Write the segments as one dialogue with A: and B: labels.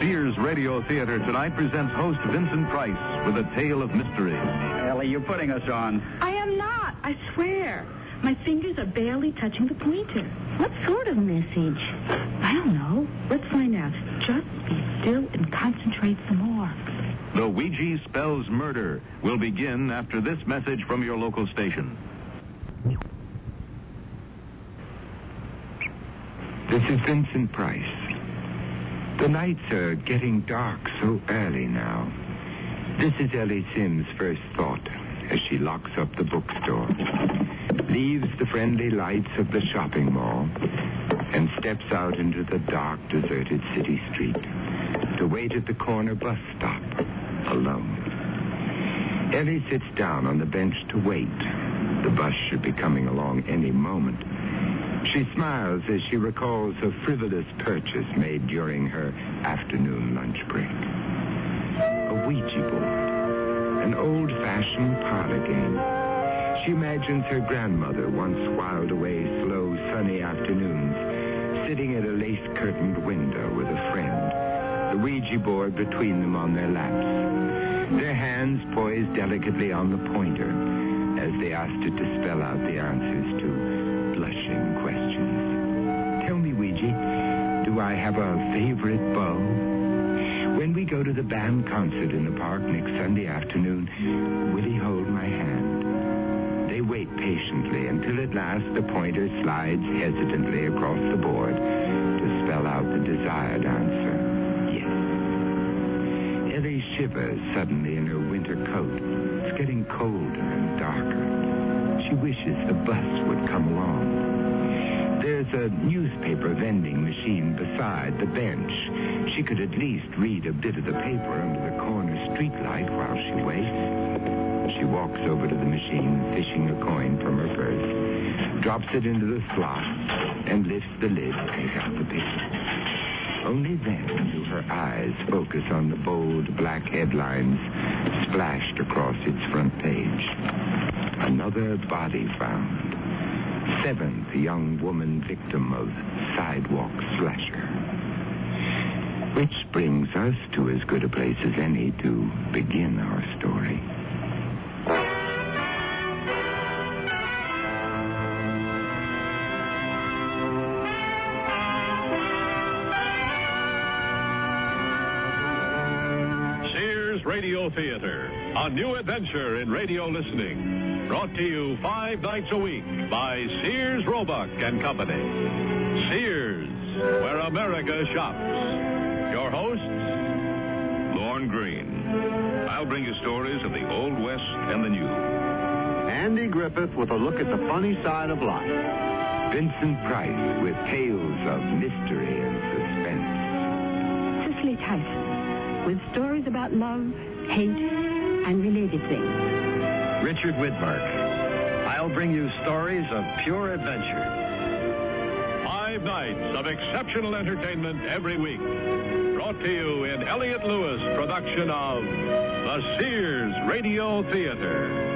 A: Spears Radio Theater tonight presents host Vincent Price with a tale of mystery.
B: Ellie, you're putting us on.
C: I am not, I swear. My fingers are barely touching the pointer. What sort of message? I don't know. Let's find out. Just be still and concentrate some more.
A: The Ouija Spells Murder will begin after this message from your local station.
D: This is Vincent Price. The nights are getting dark so early now. This is Ellie Sims' first thought as she locks up the bookstore, leaves the friendly lights of the shopping mall, and steps out into the dark, deserted city street to wait at the corner bus stop alone. Ellie sits down on the bench to wait. The bus should be coming along any moment. She smiles as she recalls a frivolous purchase made during her afternoon lunch break. A Ouija board, an old-fashioned parlor game. She imagines her grandmother once whiled away slow, sunny afternoons, sitting at a lace-curtained window with a friend, the Ouija board between them on their laps, their hands poised delicately on the pointer as they asked it to spell out the answers to blushing questions. Tell me, Ouija, do I have a favorite bow? When we go to the band concert in the park next Sunday afternoon, will he hold my hand? They wait patiently until at last the pointer slides hesitantly across the board to spell out the desired answer. Yes. Ellie shivers suddenly in her winter coat. It's getting colder and darker she wishes the bus would come along. There's a newspaper vending machine beside the bench. She could at least read a bit of the paper under the corner streetlight while she waits. She walks over to the machine, fishing a coin from her purse, drops it into the slot, and lifts the lid to take out the paper. Only then do her eyes focus on the bold black headlines splashed across its front page. Another body found. Seventh young woman victim of sidewalk slasher. Which brings us to as good a place as any to begin our story.
A: Sears Radio Theater, a new adventure in radio listening. Brought to you five nights a week by Sears Roebuck and Company. Sears, where America shops. Your hosts, Lorne Green. I'll bring you stories of the Old West and the New.
E: Andy Griffith with a look at the funny side of life.
D: Vincent Price with tales of mystery and
C: Cicely Tyson with stories about love, hate, and related things.
F: Richard Widmark. I'll bring you stories of pure adventure.
A: Five nights of exceptional entertainment every week. Brought to you in Elliot Lewis production of the Sears Radio Theater.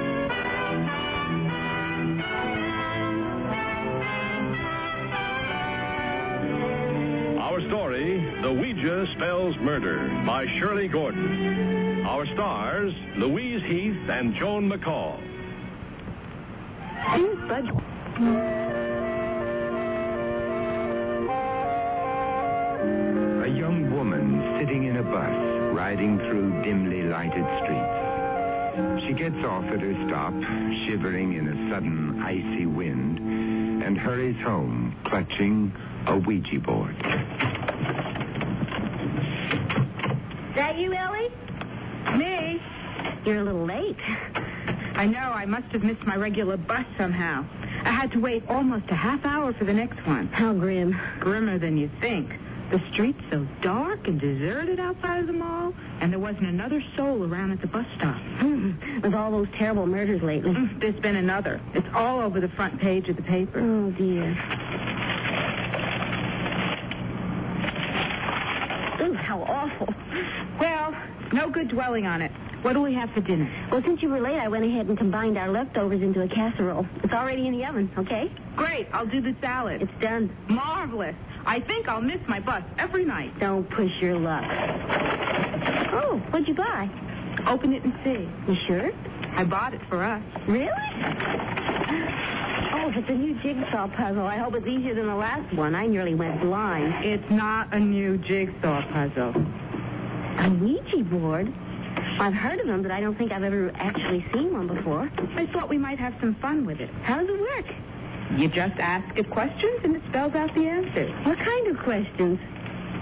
A: Our story, The Ouija Spells Murder by Shirley Gordon. Our stars, Louise Heath and Joan McCall.
C: Seems Bud.
D: suspense. A young woman sitting in a bus riding through dimly lighted streets. She gets off at her stop, shivering in a sudden icy wind, and hurries home, clutching a Ouija board.
G: That you, Ellie?
C: Me?
G: You're a little late.
C: I know, I must have missed my regular bus somehow. I had to wait almost a half hour for the next one.
G: How grim.
C: Grimmer than you think. The streets so dark and deserted outside of the mall, and there wasn't another soul around at the bus stop.
G: Hmm. With all those terrible murders lately.
C: Mm, There's been another. It's all over the front page of the paper.
G: Oh, dear. Ooh, how awful.
C: Well, no good dwelling on it. What do we have for dinner?
G: Well, since you were late, I went ahead and combined our leftovers into a casserole. It's already in the oven, okay?
C: Great, I'll do the salad.
G: It's done.
C: Marvelous. I think I'll miss my bus every night.
G: Don't push your luck. Oh, what'd you buy?
C: Open it and see.
G: You sure?
C: I bought it for us.
G: Really? Oh, if it's a new jigsaw puzzle, I hope it's easier than the last one. I nearly went blind.
C: It's not a new jigsaw puzzle.
G: A Ouija board? I've heard of them, but I don't think I've ever actually seen one before.
C: I thought we might have some fun with it.
G: How does it work?
C: You just ask it questions and it spells out the answers.
G: What kind of questions?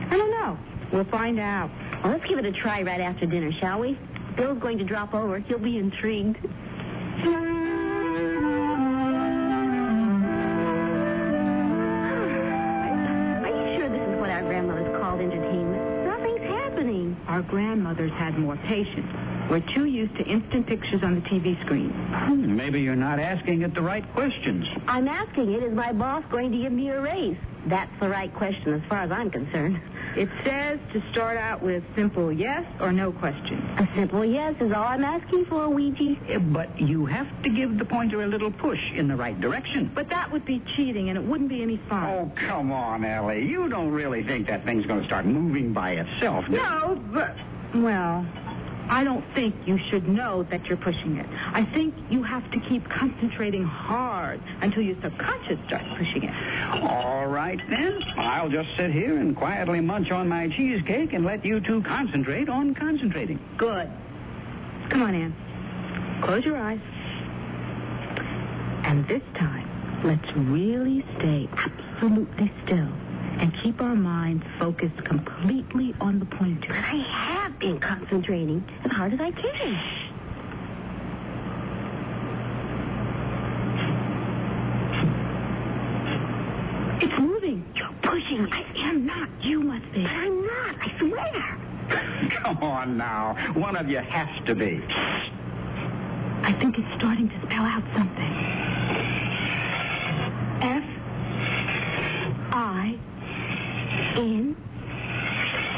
C: I don't know. We'll find out.
G: Well, let's give it a try right after dinner, shall we? Bill's going to drop over. He'll be intrigued. Are you sure this is what our grandmothers called entertainment? Nothing's happening.
C: Our grandmothers had more patience. We're too used to instant pictures on the TV screen.
B: Hmm, maybe you're not asking it the right questions.
G: I'm asking it, is my boss going to give me a raise? That's the right question as far as I'm concerned.
C: It says to start out with simple yes or no questions.
G: A simple yes is all I'm asking for, Ouija.
B: Eh, But you have to give the pointer a little push in the right direction.
C: But that would be cheating and it wouldn't be any fun.
B: Oh, come on, Ellie. You don't really think that thing's going to start moving by itself, do you?
C: No, but. Well, I don't think you should know that you're pushing it. I think you have to keep concentrating hard until your subconscious starts pushing it.
B: All right, then. I'll just sit here and quietly munch on my cheesecake and let you two concentrate on concentrating.
C: Good. Come on, Ann. Close your eyes. And this time, let's really stay absolutely still and keep our minds focused completely on the
G: But
C: pointer.
G: I have been concentrating as hard as I can.
C: It's moving.
G: You're pushing me.
C: I am not. You must be.
G: But I'm not, I swear.
B: Come on now. One of you has to be.
C: I think it's starting to spell out something. F I N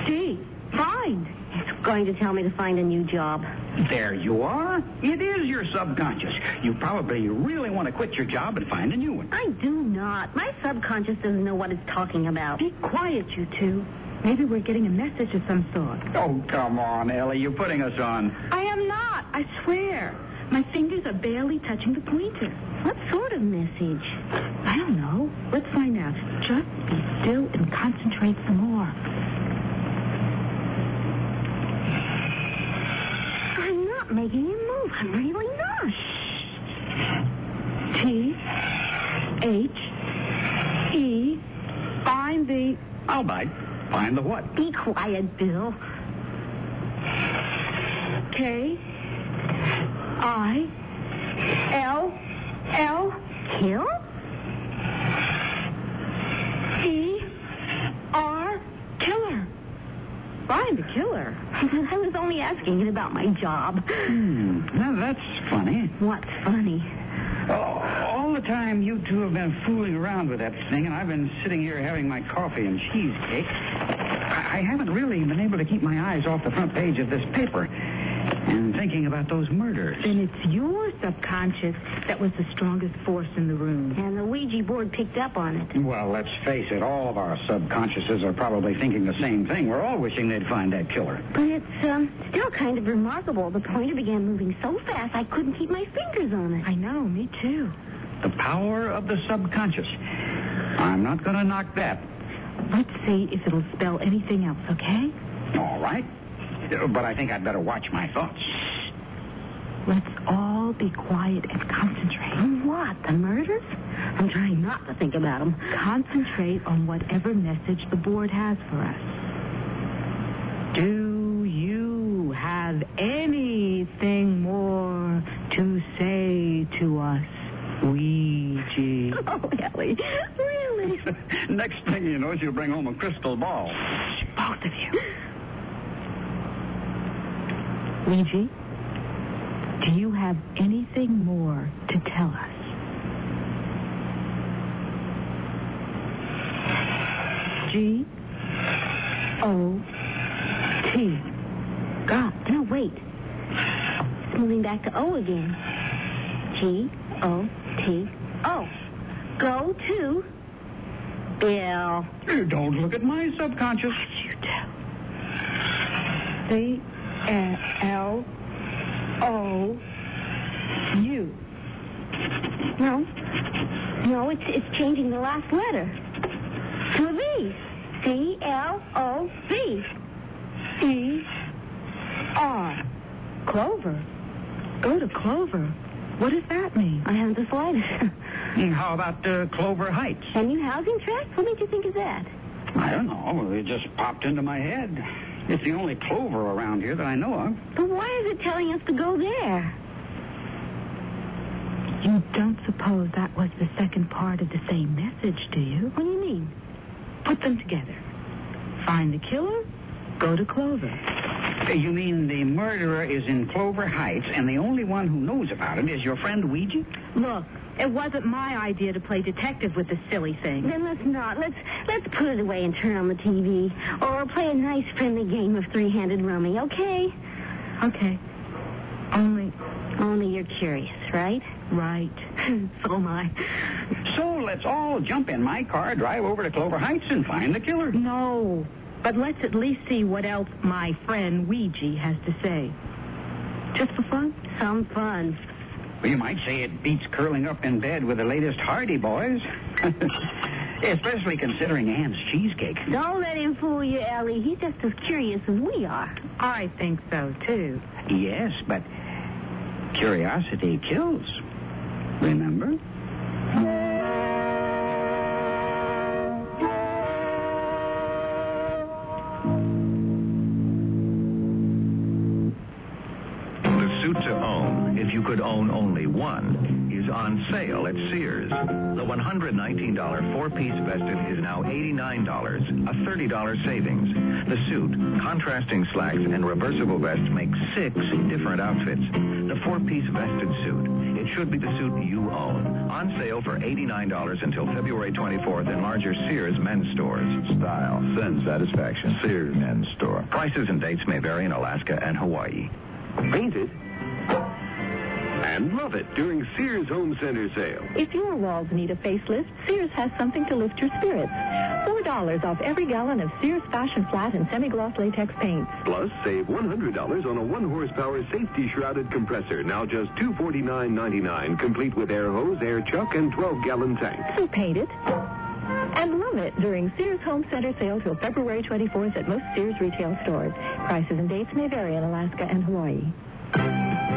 C: D. Find.
G: It's going to tell me to find a new job.
B: There you are. It is your subconscious. You probably really want to quit your job and find a new one.
G: I do not. My subconscious doesn't know what it's talking about.
C: Be quiet, you two. Maybe we're getting a message of some sort.
B: Oh, come on, Ellie. You're putting us on.
C: I am not. I swear. My fingers are barely touching the pointer.
G: What sort of message?
C: I don't know. Let's find out. Just be still and concentrate some more.
G: I'm not making a move. I'm really not.
C: T H E. Find the.
B: I'll bite. Find the what?
G: Be quiet, Bill.
C: K I L L
G: Kill?
C: E R killer. Find the killer.
G: I was only asking it about my job.
B: Hmm. Now, that's funny.
G: What's funny?
B: Oh, all the time you two have been fooling around with that thing, and I've been sitting here having my coffee and cheesecake, I, I haven't really been able to keep my eyes off the front page of this paper and thinking about those murders.
C: Then it's your subconscious that was the strongest force in the room.
G: And the Ouija board picked up on it.
B: Well, let's face it, all of our subconsciouses are probably thinking the same thing. We're all wishing they'd find that killer.
G: But it's um, still kind of remarkable. The pointer began moving so fast I couldn't keep my fingers on it.
C: I know, me too.
B: The power of the subconscious. I'm not going to knock that.
C: Let's see if it'll spell anything else, okay?
B: All right. Uh, But I think I'd better watch my thoughts.
C: Let's all be quiet and concentrate.
G: On what? The murders? I'm trying not to think about them.
C: Concentrate on whatever message the board has for us. Do you have anything more to say to us, Ouija?
G: Oh, Ellie. Really?
B: Next thing you know, she'll bring home a crystal ball.
C: Both of you. Ouija, do you have anything more to tell us? G O T.
G: God, no, wait. It's moving back to O again. G O T O. Go to
C: Bill.
B: You don't look at my subconscious.
C: You do.
H: C L O U.
C: No. No, it's, it's changing the last letter. To a V. C L O V.
H: E R.
C: Clover.
I: Go to Clover. What does that mean?
C: I haven't the slightest.
B: And How about uh, Clover Heights?
C: A new housing tract? What made you think of that?
B: I don't know. It just popped into my head. It's the only Clover around here that I know of.
C: But why is it telling us to go there?
I: You don't suppose that was the second part of the same message, do you?
C: What do you mean?
I: Put them together. Find the killer, go to Clover.
B: Uh, You mean the murderer is in Clover Heights, and the only one who knows about it is your friend Ouija?
I: Look, it wasn't my idea to play detective with this silly thing.
C: Then let's not. Let's let's put it away and turn on the TV, or play a nice friendly game of three-handed rummy, okay?
I: Okay. Only
C: Only you're curious, right?
I: right. so am I.
B: So let's all jump in my car, drive over to Clover Heights, and find the killer.
I: No. But let's at least see what else my friend Ouija has to say. Just for fun?
C: Some fun.
B: Well, you might say it beats curling up in bed with the latest Hardy Boys. Especially considering Anne's cheesecake.
C: Don't let him fool you, Ellie. He's just as curious as we are.
I: I think so, too.
B: Yes, but curiosity kills. Remember?
J: The suit to own, if you could own only one, is on sale at Sears. The $119 four-piece vested is now $89, a $30 savings. The suit, contrasting slacks, and reversible vest make six different outfits. The four-piece vested suit, it should be the suit you own. On sale for $89 until February 24th in larger Sears men's stores. Style, sin, satisfaction. Sears men's store. Prices and dates may vary in Alaska and Hawaii.
E: Paint it and love it during Sears Home Center sale.
K: If your walls need a facelift, Sears has something to lift your spirits. $4 off every gallon of Sears Fashion Flat and Semi-Gloss Latex Paints.
E: Plus, save $100 on a one horsepower safety shrouded compressor, now just $249.99, complete with air hose, air chuck, and 12 gallon tank.
K: So paint it and love it during Sears Home Center sale till February 24th at most Sears retail stores. Prices and dates may vary in Alaska and Hawaii.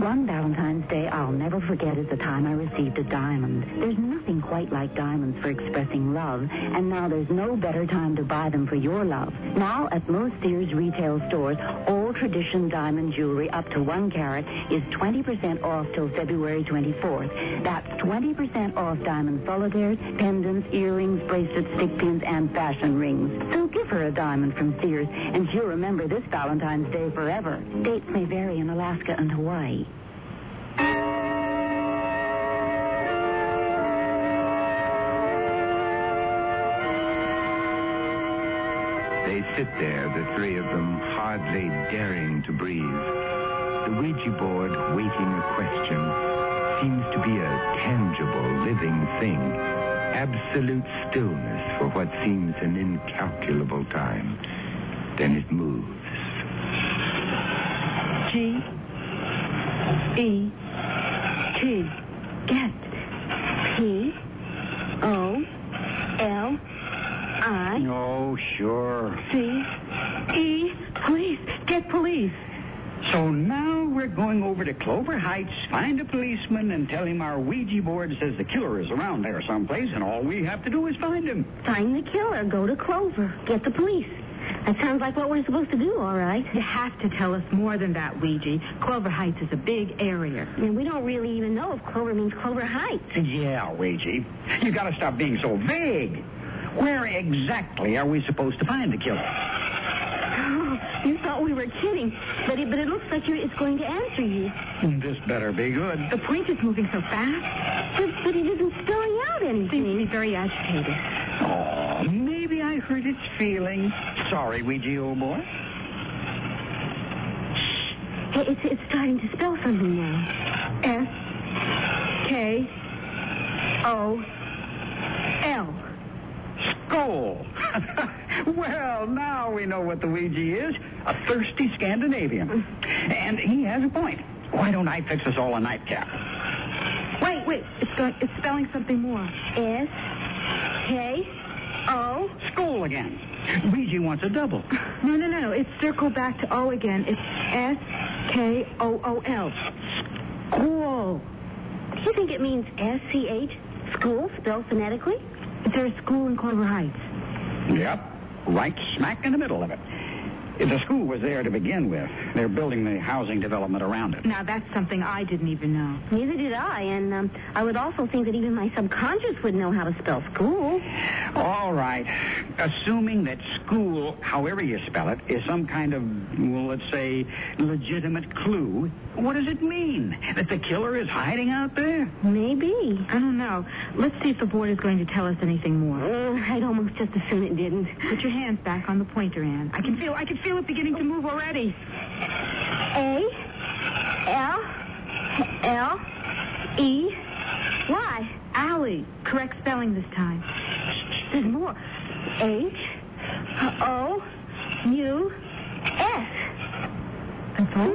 C: One Valentine's Day I'll never forget is the time I received a diamond. There's nothing quite like diamonds for expressing love, and now there's no better time to buy them for your love. Now at most Sears retail stores, all tradition diamond jewelry up to one carat is 20% off till February 24th. That's 20% off diamond solitaires, pendants, earrings, bracelets, stick pins, and fashion rings. So give her a diamond from Sears, and she'll remember this Valentine's Day forever. Dates may vary in Alaska and Hawaii.
D: They sit there, the three of them, hardly daring to breathe. The Ouija board, waiting a question, seems to be a tangible, living thing. Absolute stillness for what seems an incalculable time. Then it moves.
H: G E T.
C: Get. P. O. L. I.
B: Oh, sure.
C: C. E. Police. Get police.
B: So now we're going over to Clover Heights, find a policeman, and tell him our Ouija board says the killer is around there someplace, and all we have to do is find him.
C: Find the killer. Go to Clover. Get the police. That sounds like what we're supposed to do, all right.
I: You have to tell us more than that, Ouija. Clover Heights is a big area.
C: And we don't really even know if Clover means Clover Heights.
B: Yeah, Ouija. You gotta stop being so vague. Where exactly are we supposed to find the killer?
C: Oh, you thought we were kidding, but it, but it looks like you're, it's going to answer you.
B: This better be good.
C: The pointer's moving so fast. But, but it isn't spelling out anything. Seems to be very agitated.
B: Oh, maybe I hurt its feelings. Sorry, Ouija, old boy.
C: Hey, it's, it's starting to spell something now.
L: S K O L.
B: Skull. well, now we know what the Ouija is a thirsty Scandinavian. And he has a point. Why don't I fix us all a nightcap?
C: Wait, wait. It's going, it's spelling something more. S K O.
B: Skull again. Ouija wants a double.
C: No, no, no, no. It's circle back to O again. It's S K O O L. School.
G: Do you think it means S-C-H? School spelled phonetically?
C: There's school in Clover Heights.
B: Yep. Right smack in the middle of it. The school was there to begin with. They're building the housing development around it.
C: Now that's something I didn't even know.
G: Neither did I, and um, I would also think that even my subconscious would know how to spell school.
B: All right. Assuming that school, however you spell it, is some kind of, well, let's say, legitimate clue, what does it mean? That the killer is hiding out there?
G: Maybe.
C: I don't know. Let's see if the board is going to tell us anything
G: Uh,
C: more.
G: I'd almost just as soon it didn't.
C: Put your hands back on the pointer, Anne. I can feel I can feel it beginning to move already.
G: A L L E Y.
C: Allie, correct spelling this time.
G: There's more. H O U S.
C: That's all?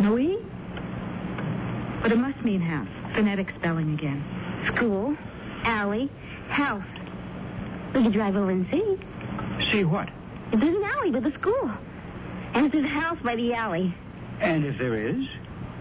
C: No E? But it must mean house. Phonetic spelling again.
G: School, alley, house. We could drive over and see.
B: See what?
G: If There's an alley to the school. And if there's a house by the alley.
B: And if there is?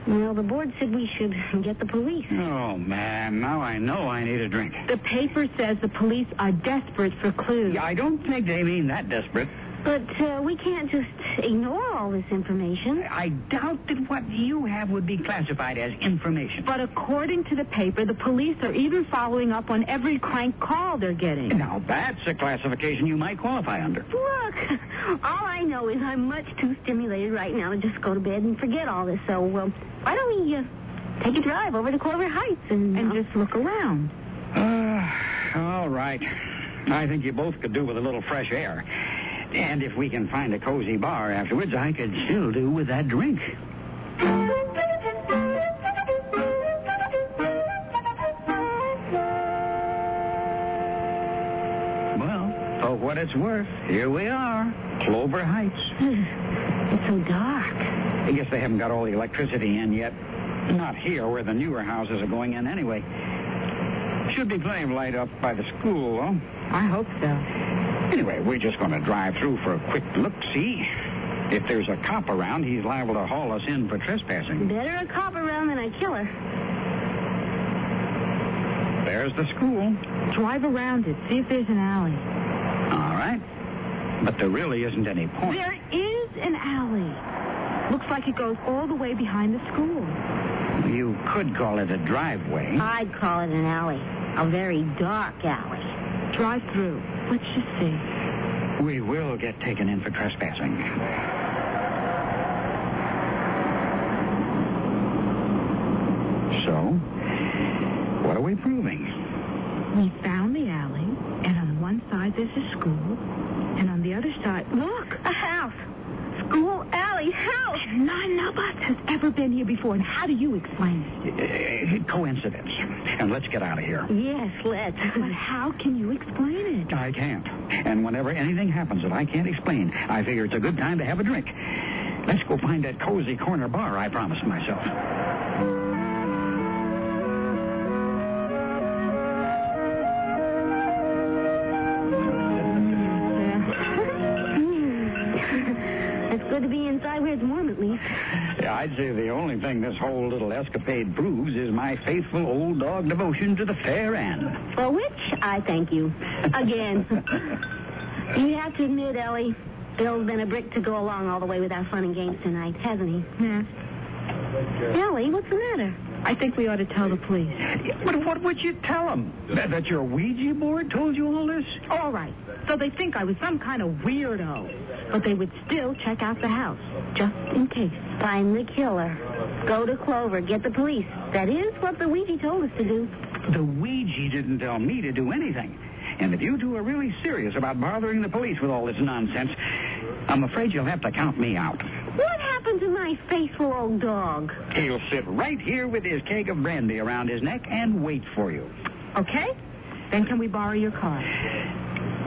G: Well, the board said we should get the police.
B: Oh, man, now I know I need a drink.
C: The paper says the police are desperate for clues.
B: Yeah, I don't think they mean that desperate.
G: But uh, we can't just ignore all this information.
B: I doubt that what you have would be classified as information.
C: But according to the paper, the police are even following up on every crank call they're getting.
B: Now, that's a classification you might qualify under.
G: Look, all I know is I'm much too stimulated right now to just go to bed and forget all this. So, well, why don't we uh, take a drive over to Clover Heights and,
C: And
G: uh,
C: just look around.
B: Uh, all right. I think you both could do with a little fresh air. And if we can find a cozy bar afterwards, I could still do with that drink. Well, for what it's worth, here we are, Clover Heights.
G: It's so dark.
B: I guess they haven't got all the electricity in yet. Not here, where the newer houses are going in anyway. Should be plenty of light up by the school, though.
C: I hope so.
B: Anyway, we're just going to drive through for a quick look see. If there's a cop around, he's liable to haul us in for trespassing.
G: Better a cop around than a killer.
B: There's the school.
C: Drive around it, see if there's an alley.
B: All right. But there really isn't any point.
C: There is an alley. Looks like it goes all the way behind the school.
B: You could call it a driveway.
G: I'd call it an alley, a very dark alley.
C: Drive through. Let's just see.
B: We will get taken in for trespassing. So, what are we proving?
C: We found the alley, and on one side there's a school, and on the other side, look,
G: A house. School alley house.
C: none of us has ever been here before. And how do you explain it?
B: Eh, Coincidence. And let's get out of here.
G: Yes, let's.
C: But how can you explain it?
B: I can't. And whenever anything happens that I can't explain, I figure it's a good time to have a drink. Let's go find that cozy corner bar I promised myself.
G: it's good to be inside where it's warm at least.
B: Yeah, I'd say the only thing this whole little escapade proves is my faithful old dog devotion to the fair Anne.
G: For which I thank you. Again. you have to admit, Ellie, Bill's been a brick to go along all the way with our fun and games tonight, hasn't he?
C: Yeah.
G: Ellie, what's the matter?
C: I think we ought to tell the police.
B: But what would you tell them? That, that your Ouija board told you all this?
C: All right. So they think I was some kind of weirdo. But they would still check out the house, just in case.
M: Find the killer. Go to Clover. Get the police. That is what the Ouija told us to do.
B: The Ouija didn't tell me to do anything. And if you two are really serious about bothering the police with all this nonsense, I'm afraid you'll have to count me out.
M: What happened to my faithful old dog?
B: He'll sit right here with his keg of brandy around his neck and wait for you.
C: Okay? Then can we borrow your car?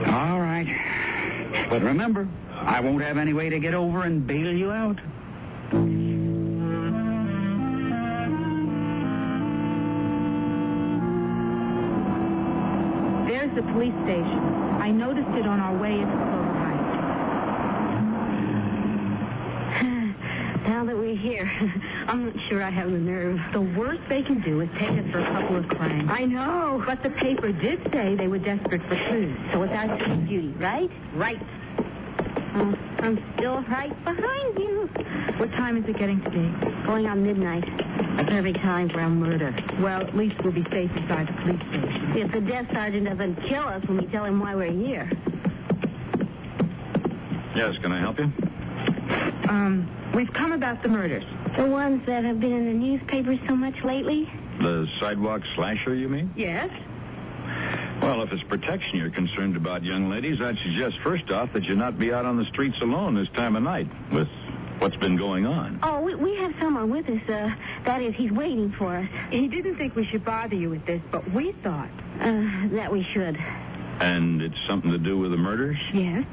B: All right. But remember, I won't have any way to get over and bail you out.
C: There's the police station. I noticed it on our way into Clover Heights.
M: Now that we're here, I'm not sure I have the nerve.
C: The worst they can do is take us for a couple of crimes.
M: I know.
C: But the paper did say they were desperate for food,
M: So it's our sweet duty, right?
C: right. Oh,
M: Uh, I'm still right behind you.
C: What time is it getting today?
M: Going on midnight. The perfect time for a murder.
C: Well, at least we'll be safe inside the police station.
M: If the death sergeant doesn't kill us when we tell him why we're here.
F: Yes, can I help you?
C: Um, we've come about the murders.
M: The ones that have been in the newspapers so much lately?
F: The sidewalk slasher, you mean?
C: Yes?
F: Well, if it's protection you're concerned about, young ladies, I'd suggest first off that you not be out on the streets alone this time of night with what's been going on.
M: Oh, we, we have someone with us. Uh, that is, he's waiting for us.
C: He didn't think we should bother you with this, but we thought.
M: Uh, that we should.
F: And it's something to do with the murders?
C: Yes?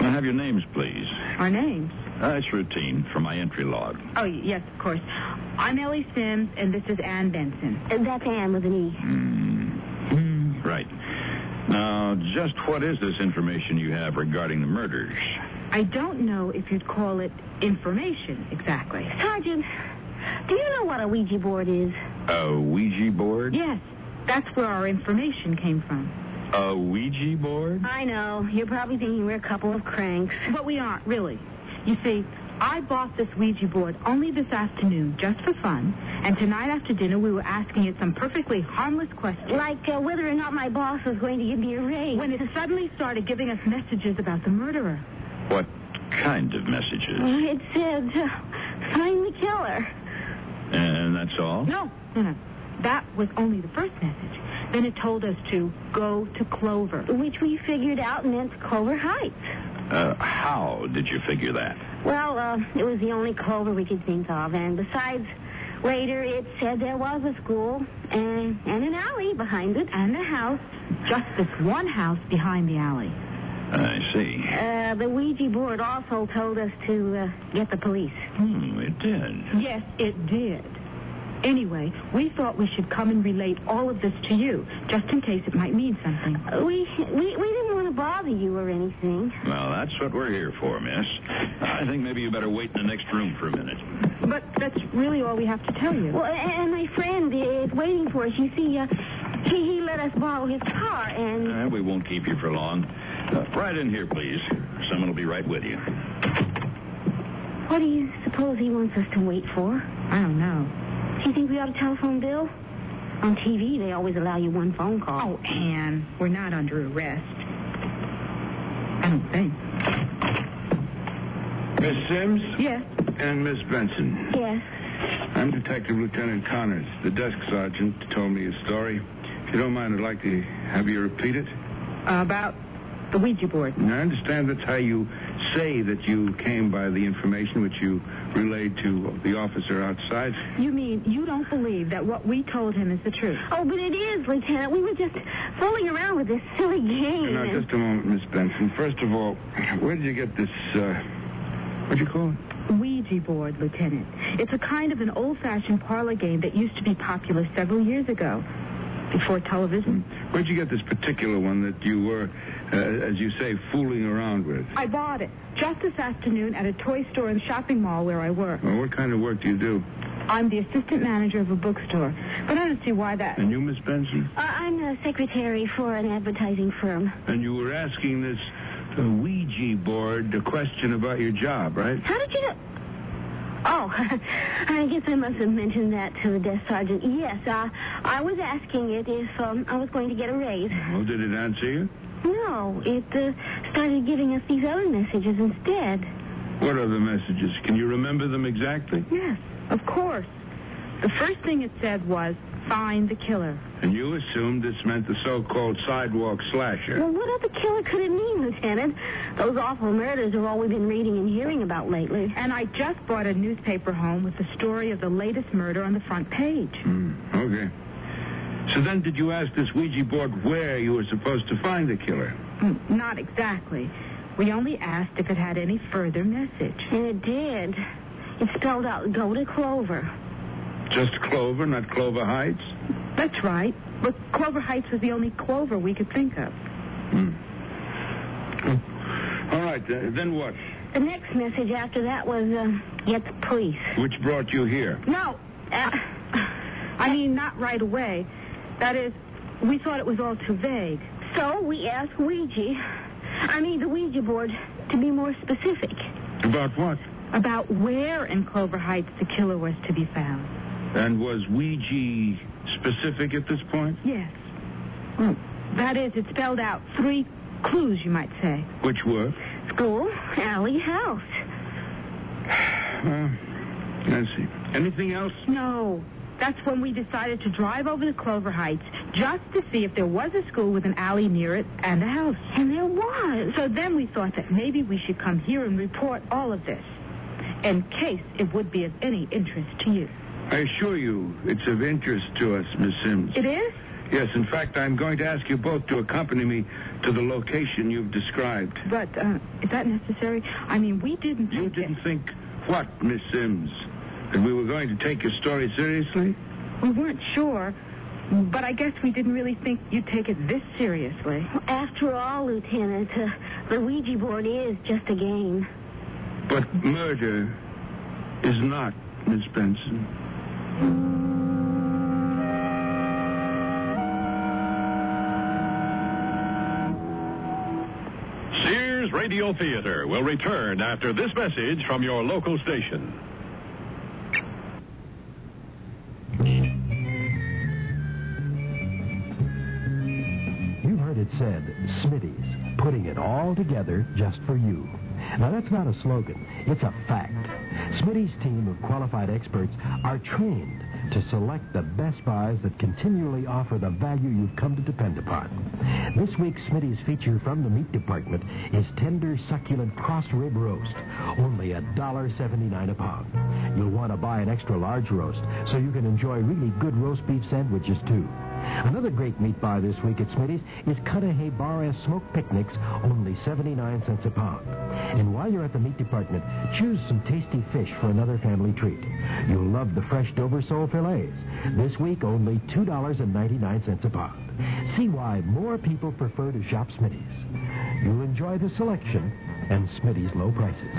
F: Now, have your names, please.
C: Our names.
F: Uh, it's routine for my entry log.
C: Oh, yes, of course. I'm Ellie Sims, and this is Ann Benson.
M: Uh, that's Anne with an E.
F: Hmm. Right. Now, just what is this information you have regarding the murders?
C: I don't know if you'd call it information exactly.
M: Sergeant, do you know what a Ouija board is?
F: A Ouija board?
C: Yes, that's where our information came from.
F: A Ouija board?
M: I know. You're probably thinking we're a couple of cranks.
C: But we aren't, really. You see, I bought this Ouija board only this afternoon, just for fun, and tonight after dinner we were asking it some perfectly harmless questions.
M: Like uh, whether or not my boss was going to give me a raise.
C: When it suddenly started giving us messages about the murderer.
F: What kind of messages?
M: Oh, It said, uh, find the killer.
F: And that's all?
C: No, no, no. That was only the first message. Then it told us to go to Clover.
M: Which we figured out meant Clover Heights.
F: Uh, how did you figure that?
M: Well, uh, it was the only Clover we could think of. And besides, later it said there was a school and, and an alley behind it.
C: And a house, just this one house behind the alley.
F: I see.
M: Uh, the Ouija board also told us to uh, get the police.
F: Hmm, it did.
C: Yes, it did. Anyway, we thought we should come and relate all of this to you, just in case it might mean something.
M: Uh, We, we, we didn't want to bother you or anything.
F: Well, that's what we're here for, miss. I think maybe you better wait in the next room for a minute.
C: But that's really all we have to tell you.
M: Well, a- and my friend is waiting for us. You see, uh, he, he let us borrow his car, and
F: Uh, we won't keep you for long. Uh, right in here, please. Someone will be right with you.
M: what do you suppose he wants us to wait for?
C: I don't know.
M: Do you think we ought to telephone Bill? On TV, they always allow you one phone call.
C: Oh, Anne, we're not under arrest. I don't think.
N: Miss Sims
C: Yes.
N: and Miss Benson.
M: Yes.
N: I'm Detective Lieutenant Connors. The desk sergeant told me a story. If you don't mind, I'd like to have you repeat it.
C: About the Ouija board.
N: And I understand that's how you say that you came by the information which you relayed to the officer outside.
C: You mean you don't believe that what we told him is the truth?
M: Oh, but it is, Lieutenant. We were just fooling around with this silly game.
N: Now,
M: and-
N: just a moment, Miss Benson. First of all, where did you get this, uh, what'd you call it?
C: Ouija board, Lieutenant. It's a kind of an old-fashioned parlor game that used to be popular several years ago, before television.
N: Where'd you get this particular one that you were, uh, as you say, fooling around with?
C: I bought it just this afternoon at a toy store and shopping mall where I work.
N: Well, what kind of work do you do?
C: I'm the assistant manager of a bookstore, but I don't see why that.
N: And you, Miss Benson?
M: Uh, I'm a secretary for an advertising firm.
N: And you were asking this uh, Ouija board a question about your job, right?
M: How did you know?
O: Oh, I guess I must have mentioned that to the desk sergeant. Yes, uh, I was asking it if um, I was going to get a raise.
N: Well, did it answer you?
O: No, it uh, started giving us these other messages instead.
N: What are the messages? Can you remember them exactly?
O: Yes, of course.
C: The first thing it said was, find the killer.
N: And you assumed this meant the so-called sidewalk slasher.
O: Well, what other killer could it mean, Lieutenant? Those awful murders are all we've been reading and hearing about lately.
C: And I just brought a newspaper home with the story of the latest murder on the front page.
N: Mm, okay. So then did you ask this Ouija board where you were supposed to find the killer?
C: Mm, not exactly. We only asked if it had any further message.
O: And it did. It spelled out, go to Clover.
N: Just Clover, not Clover Heights?
C: That's right. But Clover Heights was the only Clover we could think of.
N: Hmm.
O: Hmm.
N: All right, uh, then what?
O: The next message after that was uh, get the police.
N: Which brought you here?
C: No. Uh, I mean, not right away. That is, we thought it was all too vague.
O: So we asked Ouija, I mean the Ouija board, to be more specific.
N: About what?
C: About where in Clover Heights the killer was to be found.
N: And was Ouija specific at this point?
C: Yes. Well, Hmm. that is, it spelled out three clues, you might say.
N: Which were?
O: School, alley, house.
N: Uh, I see. Anything else?
C: No. That's when we decided to drive over to Clover Heights just to see if there was a school with an alley near it and a house.
O: And there was.
C: So then we thought that maybe we should come here and report all of this in case it would be of any interest to you.
N: I assure you, it's of interest to us, Miss Sims.
C: It is?
N: Yes, in fact, I'm going to ask you both to accompany me to the location you've described.
C: But uh, is that necessary? I mean, we didn't.
N: You didn't it... think what, Miss Sims? That we were going to take your story seriously?
C: We weren't sure, but I guess we didn't really think you'd take it this seriously.
O: After all, Lieutenant, uh, the Ouija board is just a game.
N: But murder is not, Miss Benson.
A: Sears Radio Theater will return after this message from your local station.
P: You've heard it said, Smitty's, putting it all together just for you. Now, that's not a slogan, it's a fact. Smitty's team of qualified experts are trained to select the best buys that continually offer the value you've come to depend upon. This week, Smitty's feature from the meat department is tender, succulent cross rib roast, only $1.79 a pound. You'll want to buy an extra large roast so you can enjoy really good roast beef sandwiches, too. Another great meat buy this week at Smitty's is Cudahy Bar S Smoked Picnics, only 79 cents a pound. And while you're at the meat department, choose some tasty fish for another family treat. You'll love the fresh Dover sole fillets. This week, only $2.99 a pound. See why more people prefer to shop Smitty's. You'll enjoy the selection and Smitty's low prices.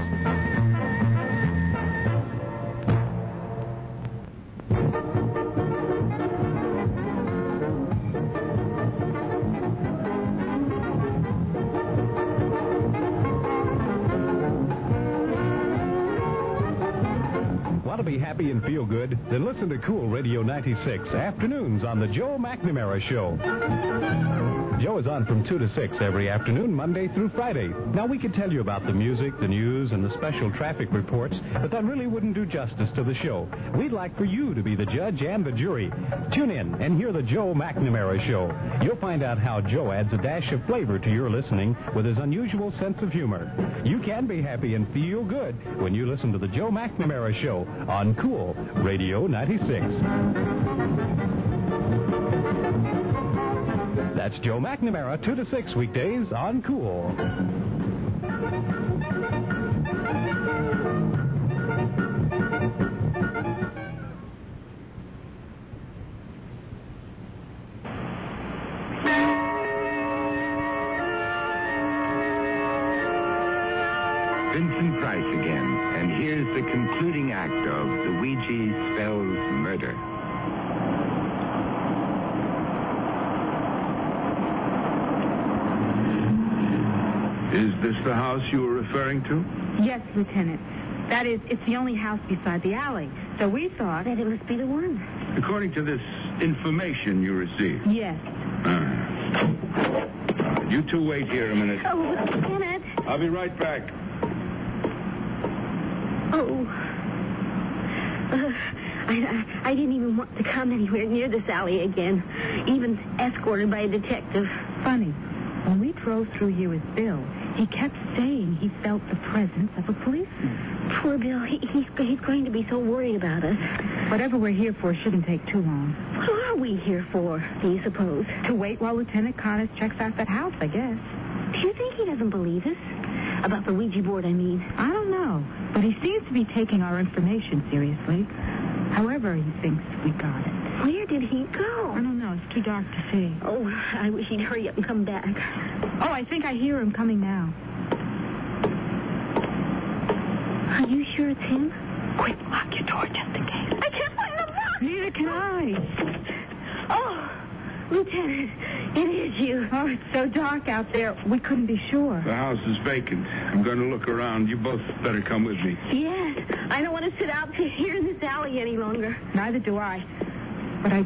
Q: and feel good, then listen to Cool Radio 96 afternoons on The Joe McNamara Show. Joe is on from 2 to 6 every afternoon, Monday through Friday. Now, we could tell you about the music, the news, and the special traffic reports, but that really wouldn't do justice to the show. We'd like for you to be the judge and the jury. Tune in and hear The Joe McNamara Show. You'll find out how Joe adds a dash of flavor to your listening with his unusual sense of humor. You can be happy and feel good when you listen to The Joe McNamara Show on Cool. Radio 96. That's Joe McNamara, 2 to 6 weekdays on Cool.
D: Vincent Price again, and here's the concluding act of The Ouija Spells Murder.
N: Is this the house you were referring to?
C: Yes, Lieutenant. That is, it's the only house beside the alley. So we thought that it must be the one.
N: According to this information you received.
C: Yes.
N: Ah. You two wait here a minute.
R: Oh, Kenneth.
N: I'll be right back.
R: Oh. Ugh, I, I, I didn't even want to come anywhere near this alley again, even escorted by a detective.
C: Funny. When we drove through you with Bill, he kept saying he felt the presence of a policeman.
R: Poor Bill. He, he's, he's going to be so worried about us.
C: Whatever we're here for shouldn't take too long.
R: What are we here for, do you suppose?
C: To wait while Lieutenant Connors checks out that house, I guess.
R: Do you think he doesn't believe us? About the Ouija board, I mean.
C: I don't know, Oh, but he seems to be taking our information seriously. However, he thinks we got it.
R: Where did he go?
C: I don't know. It's too dark to see.
R: Oh, I wish he'd hurry up and come back.
C: Oh, I think I hear him coming now.
R: Are you sure it's him?
C: Quick, lock your door just in case.
R: I can't find the lock!
C: Neither can I.
R: Oh, Lieutenant, it is you.
C: Oh, it's so dark out there. We couldn't be sure.
N: The house is vacant. I'm going to look around. You both better come with me.
R: Yes, I don't want to sit out here in this alley any longer.
C: Neither do I. But I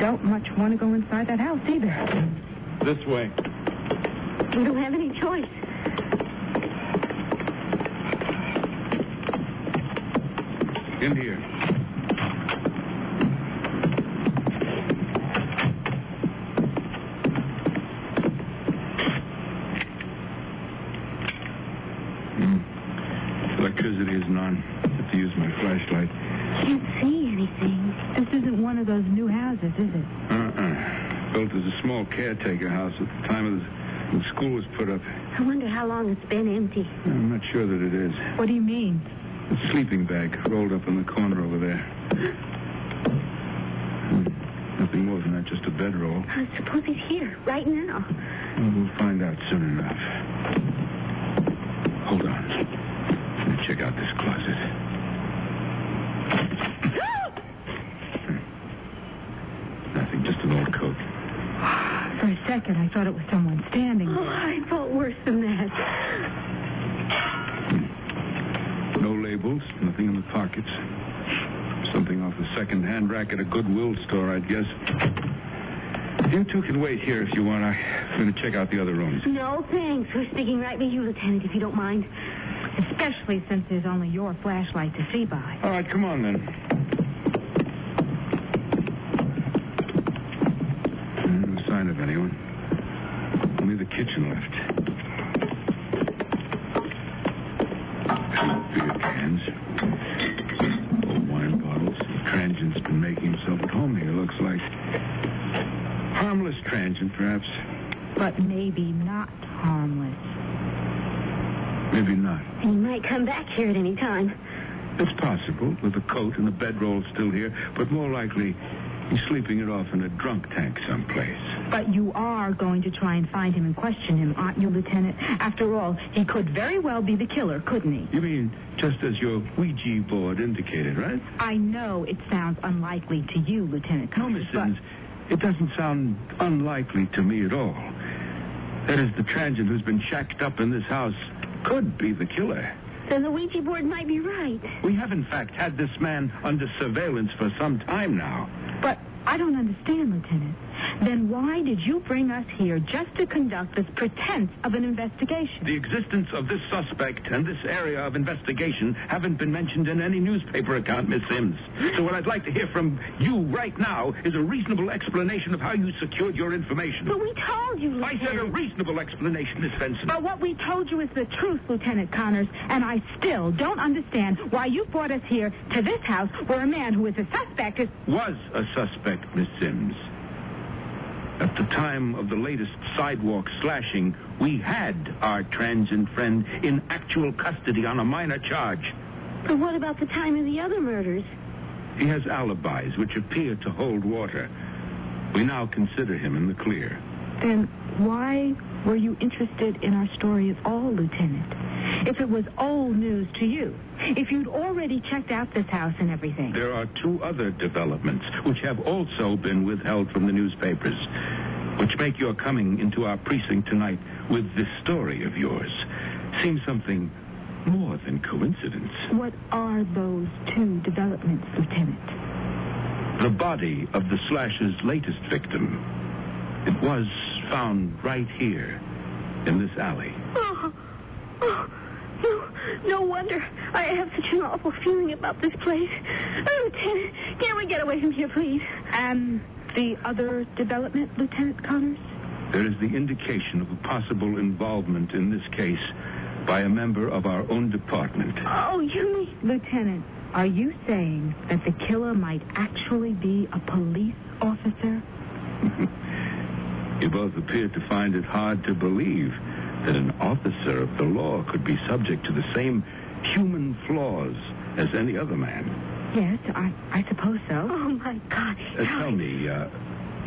C: don't much want to go inside that house either.
N: This way.
R: We don't have any choice.
N: In here. Hmm. Electricity isn't on. I have to use my flashlight.
R: Can't see anything.
C: This isn't one of those new houses, is it?
N: Uh-uh. Built as a small caretaker house at the time of the, when school was put up.
R: I wonder how long it's been empty.
N: I'm not sure that it is.
C: What do you mean?
N: A sleeping bag rolled up in the corner over there. Hmm. Nothing more than that, just a bedroll.
R: I suppose he's here, right now.
N: Well, we'll find out soon enough. Hold on. Let me check out this closet. Hmm. Nothing, just an old coat.
C: For a second, I thought it was someone standing.
R: Oh, I felt worse than that.
N: No labels, nothing in the pockets. Something off the second-hand rack at a Goodwill store, I'd guess. You two can wait here if you want. I'm going to check out the other rooms.
R: No, thanks. We're sticking right by you, Lieutenant, if you don't mind.
C: Especially since there's only your flashlight to see by.
N: All right, come on then. No sign of anyone. Only the kitchen left. Beer cans, old wine bottles. Transient's been making himself at home here, looks like. Harmless transient, perhaps.
C: But maybe not harmless.
N: Maybe not.
R: He might come back here at any time.
N: It's possible, with the coat and the bedroll still here, but more likely he's sleeping it off in a drunk tank someplace.
C: But you are going to try and find him and question him, aren't you, Lieutenant? After all, he could very well be the killer, couldn't he?
N: You mean just as your Ouija board indicated, right?
C: I know it sounds unlikely to you, Lieutenant
N: No,
C: Cummings,
N: Miss
C: but...
N: Simmons, it doesn't sound unlikely to me at all. That is, the transient who's been shacked up in this house could be the killer.
R: Then the Ouija board might be right.
N: We have, in fact, had this man under surveillance for some time now.
C: But I don't understand, Lieutenant. Then why did you bring us here just to conduct this pretense of an investigation?
N: The existence of this suspect and this area of investigation haven't been mentioned in any newspaper account, Miss Sims. So what I'd like to hear from you right now is a reasonable explanation of how you secured your information.
R: But we told you,
N: I said a
R: Lieutenant.
N: reasonable explanation, Miss Benson.
C: But what we told you is the truth, Lieutenant Connors, and I still don't understand why you brought us here to this house where a man who is a suspect is.
N: was a suspect, Miss Sims. At the time of the latest sidewalk slashing, we had our transient friend in actual custody on a minor charge.
R: But what about the time of the other murders?
N: He has alibis which appear to hold water. We now consider him in the clear.
C: Then why were you interested in our story at all, Lieutenant? If it was old news to you, if you'd already checked out this house and everything.
N: There are two other developments which have also been withheld from the newspapers, which make your coming into our precinct tonight with this story of yours seem something More than coincidence.
S: What are those two developments, Lieutenant?
N: The body of the slasher's latest victim. It was found right here, in this alley.
C: Oh, oh, no, no wonder I have such an awful feeling about this place. Oh, Lieutenant, can we get away from here, please?
S: Um, the other development, Lieutenant Connors?
N: There is the indication of a possible involvement in this case by a member of our own department.
C: Oh, you mean.
S: Lieutenant, are you saying that the killer might actually be a police officer?
N: You both appear to find it hard to believe that an officer of the law could be subject to the same human flaws as any other man.
S: Yes, I, I suppose so.
C: Oh, my God.
N: Uh, tell me, uh,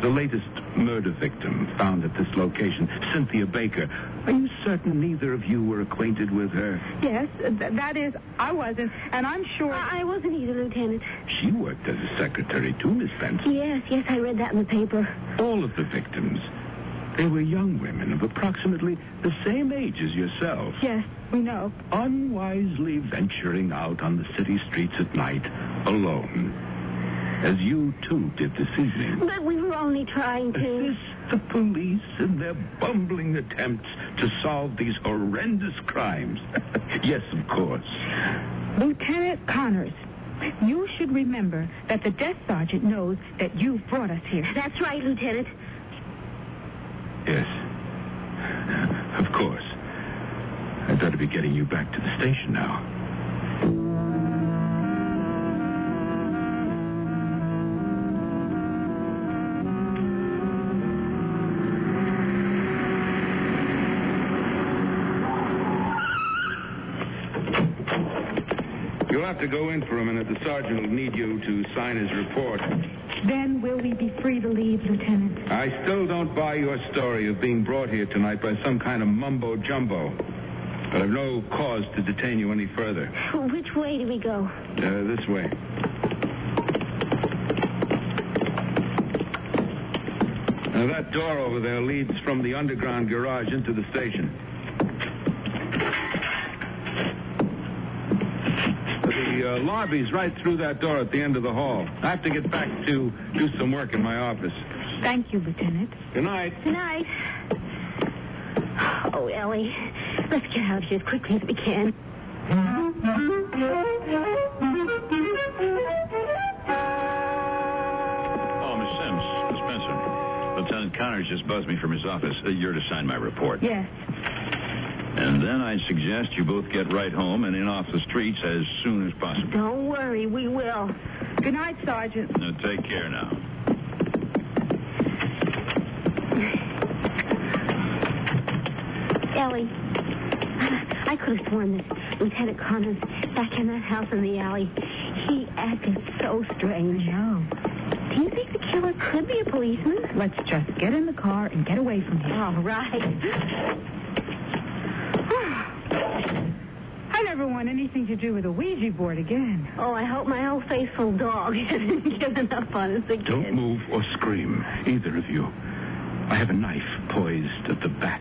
N: the latest murder victim found at this location, Cynthia Baker, are you certain neither of you were acquainted with her?
S: Yes, th- that is, I wasn't, and I'm sure.
C: I I wasn't either, Lieutenant.
N: She worked as a secretary too, Miss Benson.
C: Yes, yes, I read that in the paper.
N: All of the victims, they were young women of approximately the same age as yourself.
S: Yes, we know.
N: Unwisely venturing out on the city streets at night, alone. As you too did this evening.
C: But we were only trying to.
N: Assist the police in their bumbling attempts to solve these horrendous crimes. yes, of course.
S: Lieutenant Connors, you should remember that the death sergeant knows that you've brought us here.
C: That's right, Lieutenant.
N: Yes. Of course. I'd better be getting you back to the station now.
T: You'll have to go in for a minute. The sergeant will need you to sign his report.
S: Then will we be free to leave, Lieutenant?
T: I still don't buy your story of being brought here tonight by some kind of mumbo jumbo. But I've no cause to detain you any further.
C: Which way do we go?
T: Uh, this way. Now, that door over there leads from the underground garage into the station. The uh, lobby's right through that door at the end of the hall. I have to get back to do some work in my office.
S: Thank you, Lieutenant.
T: Good night.
C: Good night. Oh, Ellie, let's get out of here as quickly as we can.
F: Oh, Miss Sims, Miss Benson. Lieutenant Connors just buzzed me from his office. Uh, You're to sign my report.
S: Yes.
F: And then I suggest you both get right home and in off the streets as soon as possible.
C: Don't worry, we will.
S: Good night, Sergeant.
F: Now, take care now.
C: Ellie, I could have sworn that Lieutenant Connors back in that house in the alley, he acted so strange.
S: No.
C: Do you think the killer could be a policeman?
S: Let's just get in the car and get away from here.
C: All right.
S: I never want anything to do with a Ouija board again.
C: Oh, I hope my old faithful dog hasn't given up on us again.
N: Don't move or scream, either of you. I have a knife poised at the back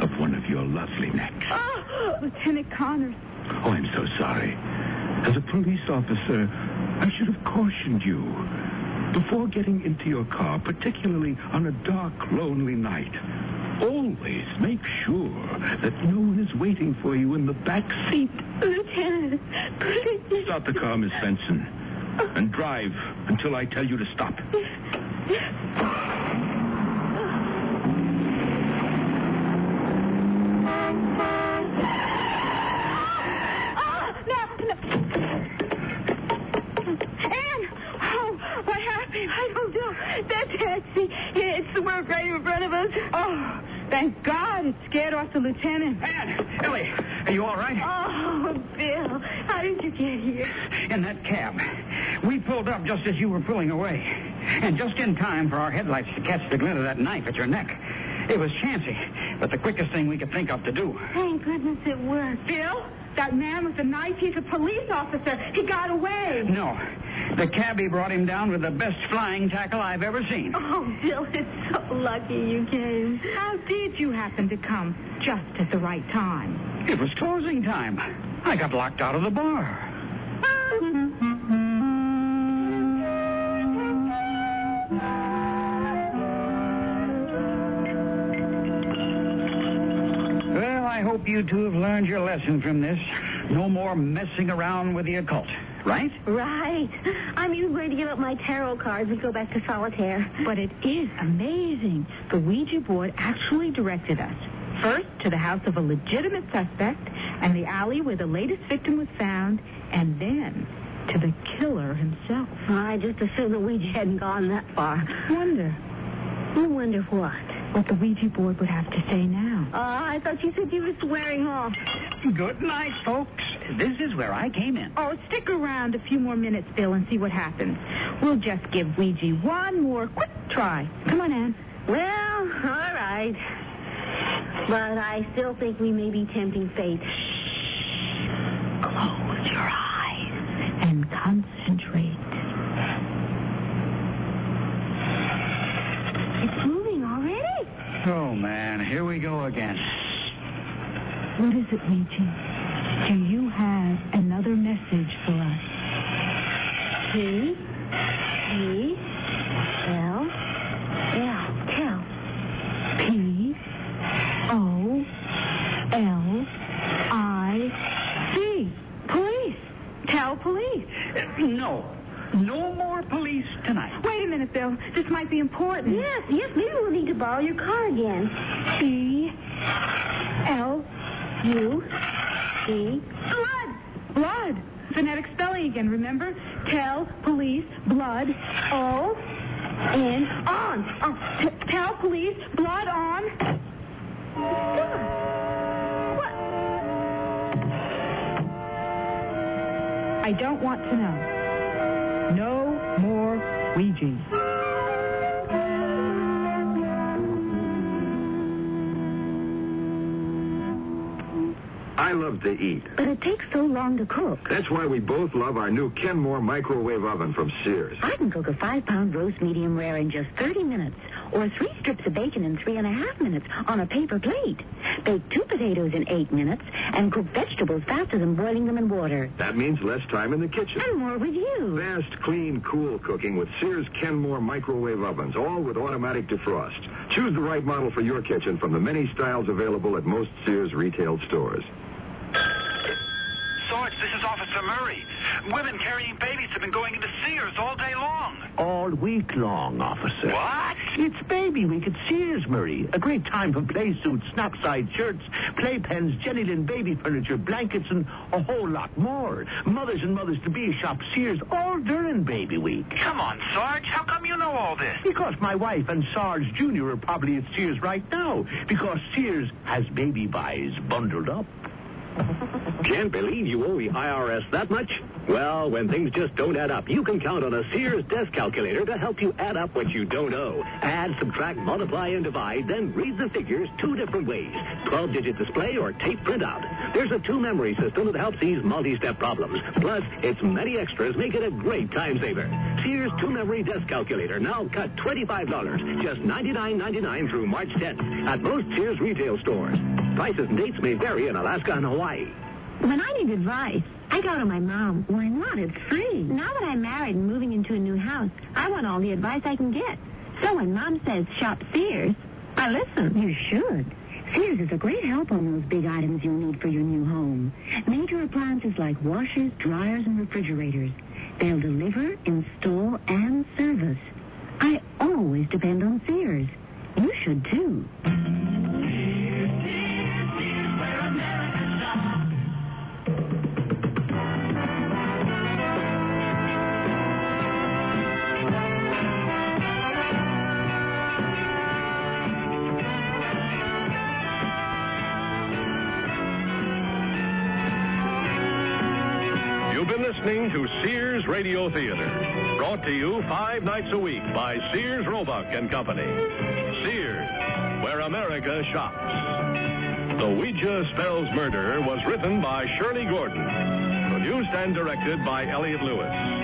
N: of one of your lovely necks.
S: Lieutenant Connors.
N: Oh, I'm so sorry. As a police officer, I should have cautioned you. Before getting into your car, particularly on a dark, lonely night, always make sure that no one is waiting for you in the back seat.
C: Lieutenant, please.
N: Stop the car, Miss Benson, and drive until I tell you to stop.
C: Ah, no, no. Anne! Oh, what happened? I don't know. That taxi, it's the work right in front of us.
S: Oh, thank God it scared off the lieutenant.
U: Ann, Ellie, are you all right?
C: Oh, Bill, how did you get here?
B: In that cab. We pulled up just as you were pulling away. And just in time for our headlights to catch the glint of that knife at your neck. It was chancy, but the quickest thing we could think of to do.
C: Thank goodness it worked.
S: Bill, that man with the knife, he's a police officer. He got away.
B: No. The cabbie brought him down with the best flying tackle I've ever seen.
C: Oh, Bill, it's so lucky you came.
S: How did you happen to come just at the right time?
B: It was closing time. I got locked out of the bar.
C: Ah.
B: Well, I hope you two have learned your lesson from this. No more messing around with the occult, right?
V: Right. I'm even going to give up my tarot cards and go back to solitaire.
C: But it is amazing. The Ouija board actually directed us. First to the house of a legitimate suspect and the alley where the latest victim was found, and then to the killer himself.
V: I just assumed the Ouija hadn't gone that far.
C: Wonder.
V: You wonder what?
C: What Ah, the Ouija board would have to say now.
V: Oh, I thought you said you were swearing off.
B: Good night, folks. This is where I came in.
C: Oh, stick around a few more minutes, Bill, and see what happens. We'll just give Ouija one more quick try. Come on, Ann.
V: Well, all right. But I still think we may be tempting fate.
C: Close your eyes and concentrate.
V: It's moving already.
B: Oh, man, here we go again.
W: What is it, Ouija? Do you have another message for us?
V: T, T, L, L, tell.
W: P O L I C.
C: Police. Tell police.
B: No. No more police tonight.
C: Wait a minute, Bill. This might be important.
V: Yes, yes, maybe we'll need to borrow your car again.
W: P L
V: U E.
C: Blood. Blood. Phonetic spelling again, remember? Tell, police, blood, O,
V: N, on.
C: Oh, t- tell police, blood on. What? I don't want to know. No more Ouija.
E: I love to eat.
G: But it takes so long to cook.
E: That's why we both love our new Kenmore microwave oven from Sears.
G: I can cook a five pound roast medium rare in just 30 minutes, or three strips of bacon in three and a half minutes on a paper plate. Bake two potatoes in eight minutes, and cook vegetables faster than boiling them in water.
E: That means less time in the kitchen.
G: And more with you.
E: Fast, clean, cool cooking with Sears Kenmore microwave ovens, all with automatic defrost. Choose the right model for your kitchen from the many styles available at most Sears retail stores.
X: Sarge, this is Officer Murray. Women carrying babies have been going into Sears all day long.
Y: All week long, officer.
X: What?
Y: It's baby week at Sears, Murray. A great time for play suits, snap-side shirts, playpens, jellylin baby furniture, blankets, and a whole lot more. Mothers and mothers-to-be shop Sears all during baby week.
X: Come on, Sarge. How come you know all this?
Y: Because my wife and Sarge Jr. are probably at Sears right now. Because Sears has baby buys bundled up.
J: Can't believe you owe the IRS that much? Well, when things just don't add up, you can count on a Sears desk calculator to help you add up what you don't owe. Add, subtract, multiply, and divide, then read the figures two different ways 12 digit display or tape printout. There's a two memory system that helps ease multi step problems. Plus, its many extras make it a great time saver. Sears two memory desk calculator now cut $25, just $99.99 through March 10th at most Sears retail stores. Prices and dates may vary in Alaska and Hawaii.
V: When I need advice, I go to my mom. Why not? It's free. Now that I'm married and moving into a new house, I want all the advice I can get. So when mom says shop Sears, I listen.
G: You should. Sears is a great help on those big items you'll need for your new home. Major appliances like washers, dryers, and refrigerators. They'll deliver, install, and service. I always depend on Sears. You should too.
A: listening to Sears Radio Theater, brought to you five nights a week by Sears Roebuck and Company. Sears, where America shops. The Ouija Spells Murder was written by Shirley Gordon, produced and directed by Elliot Lewis.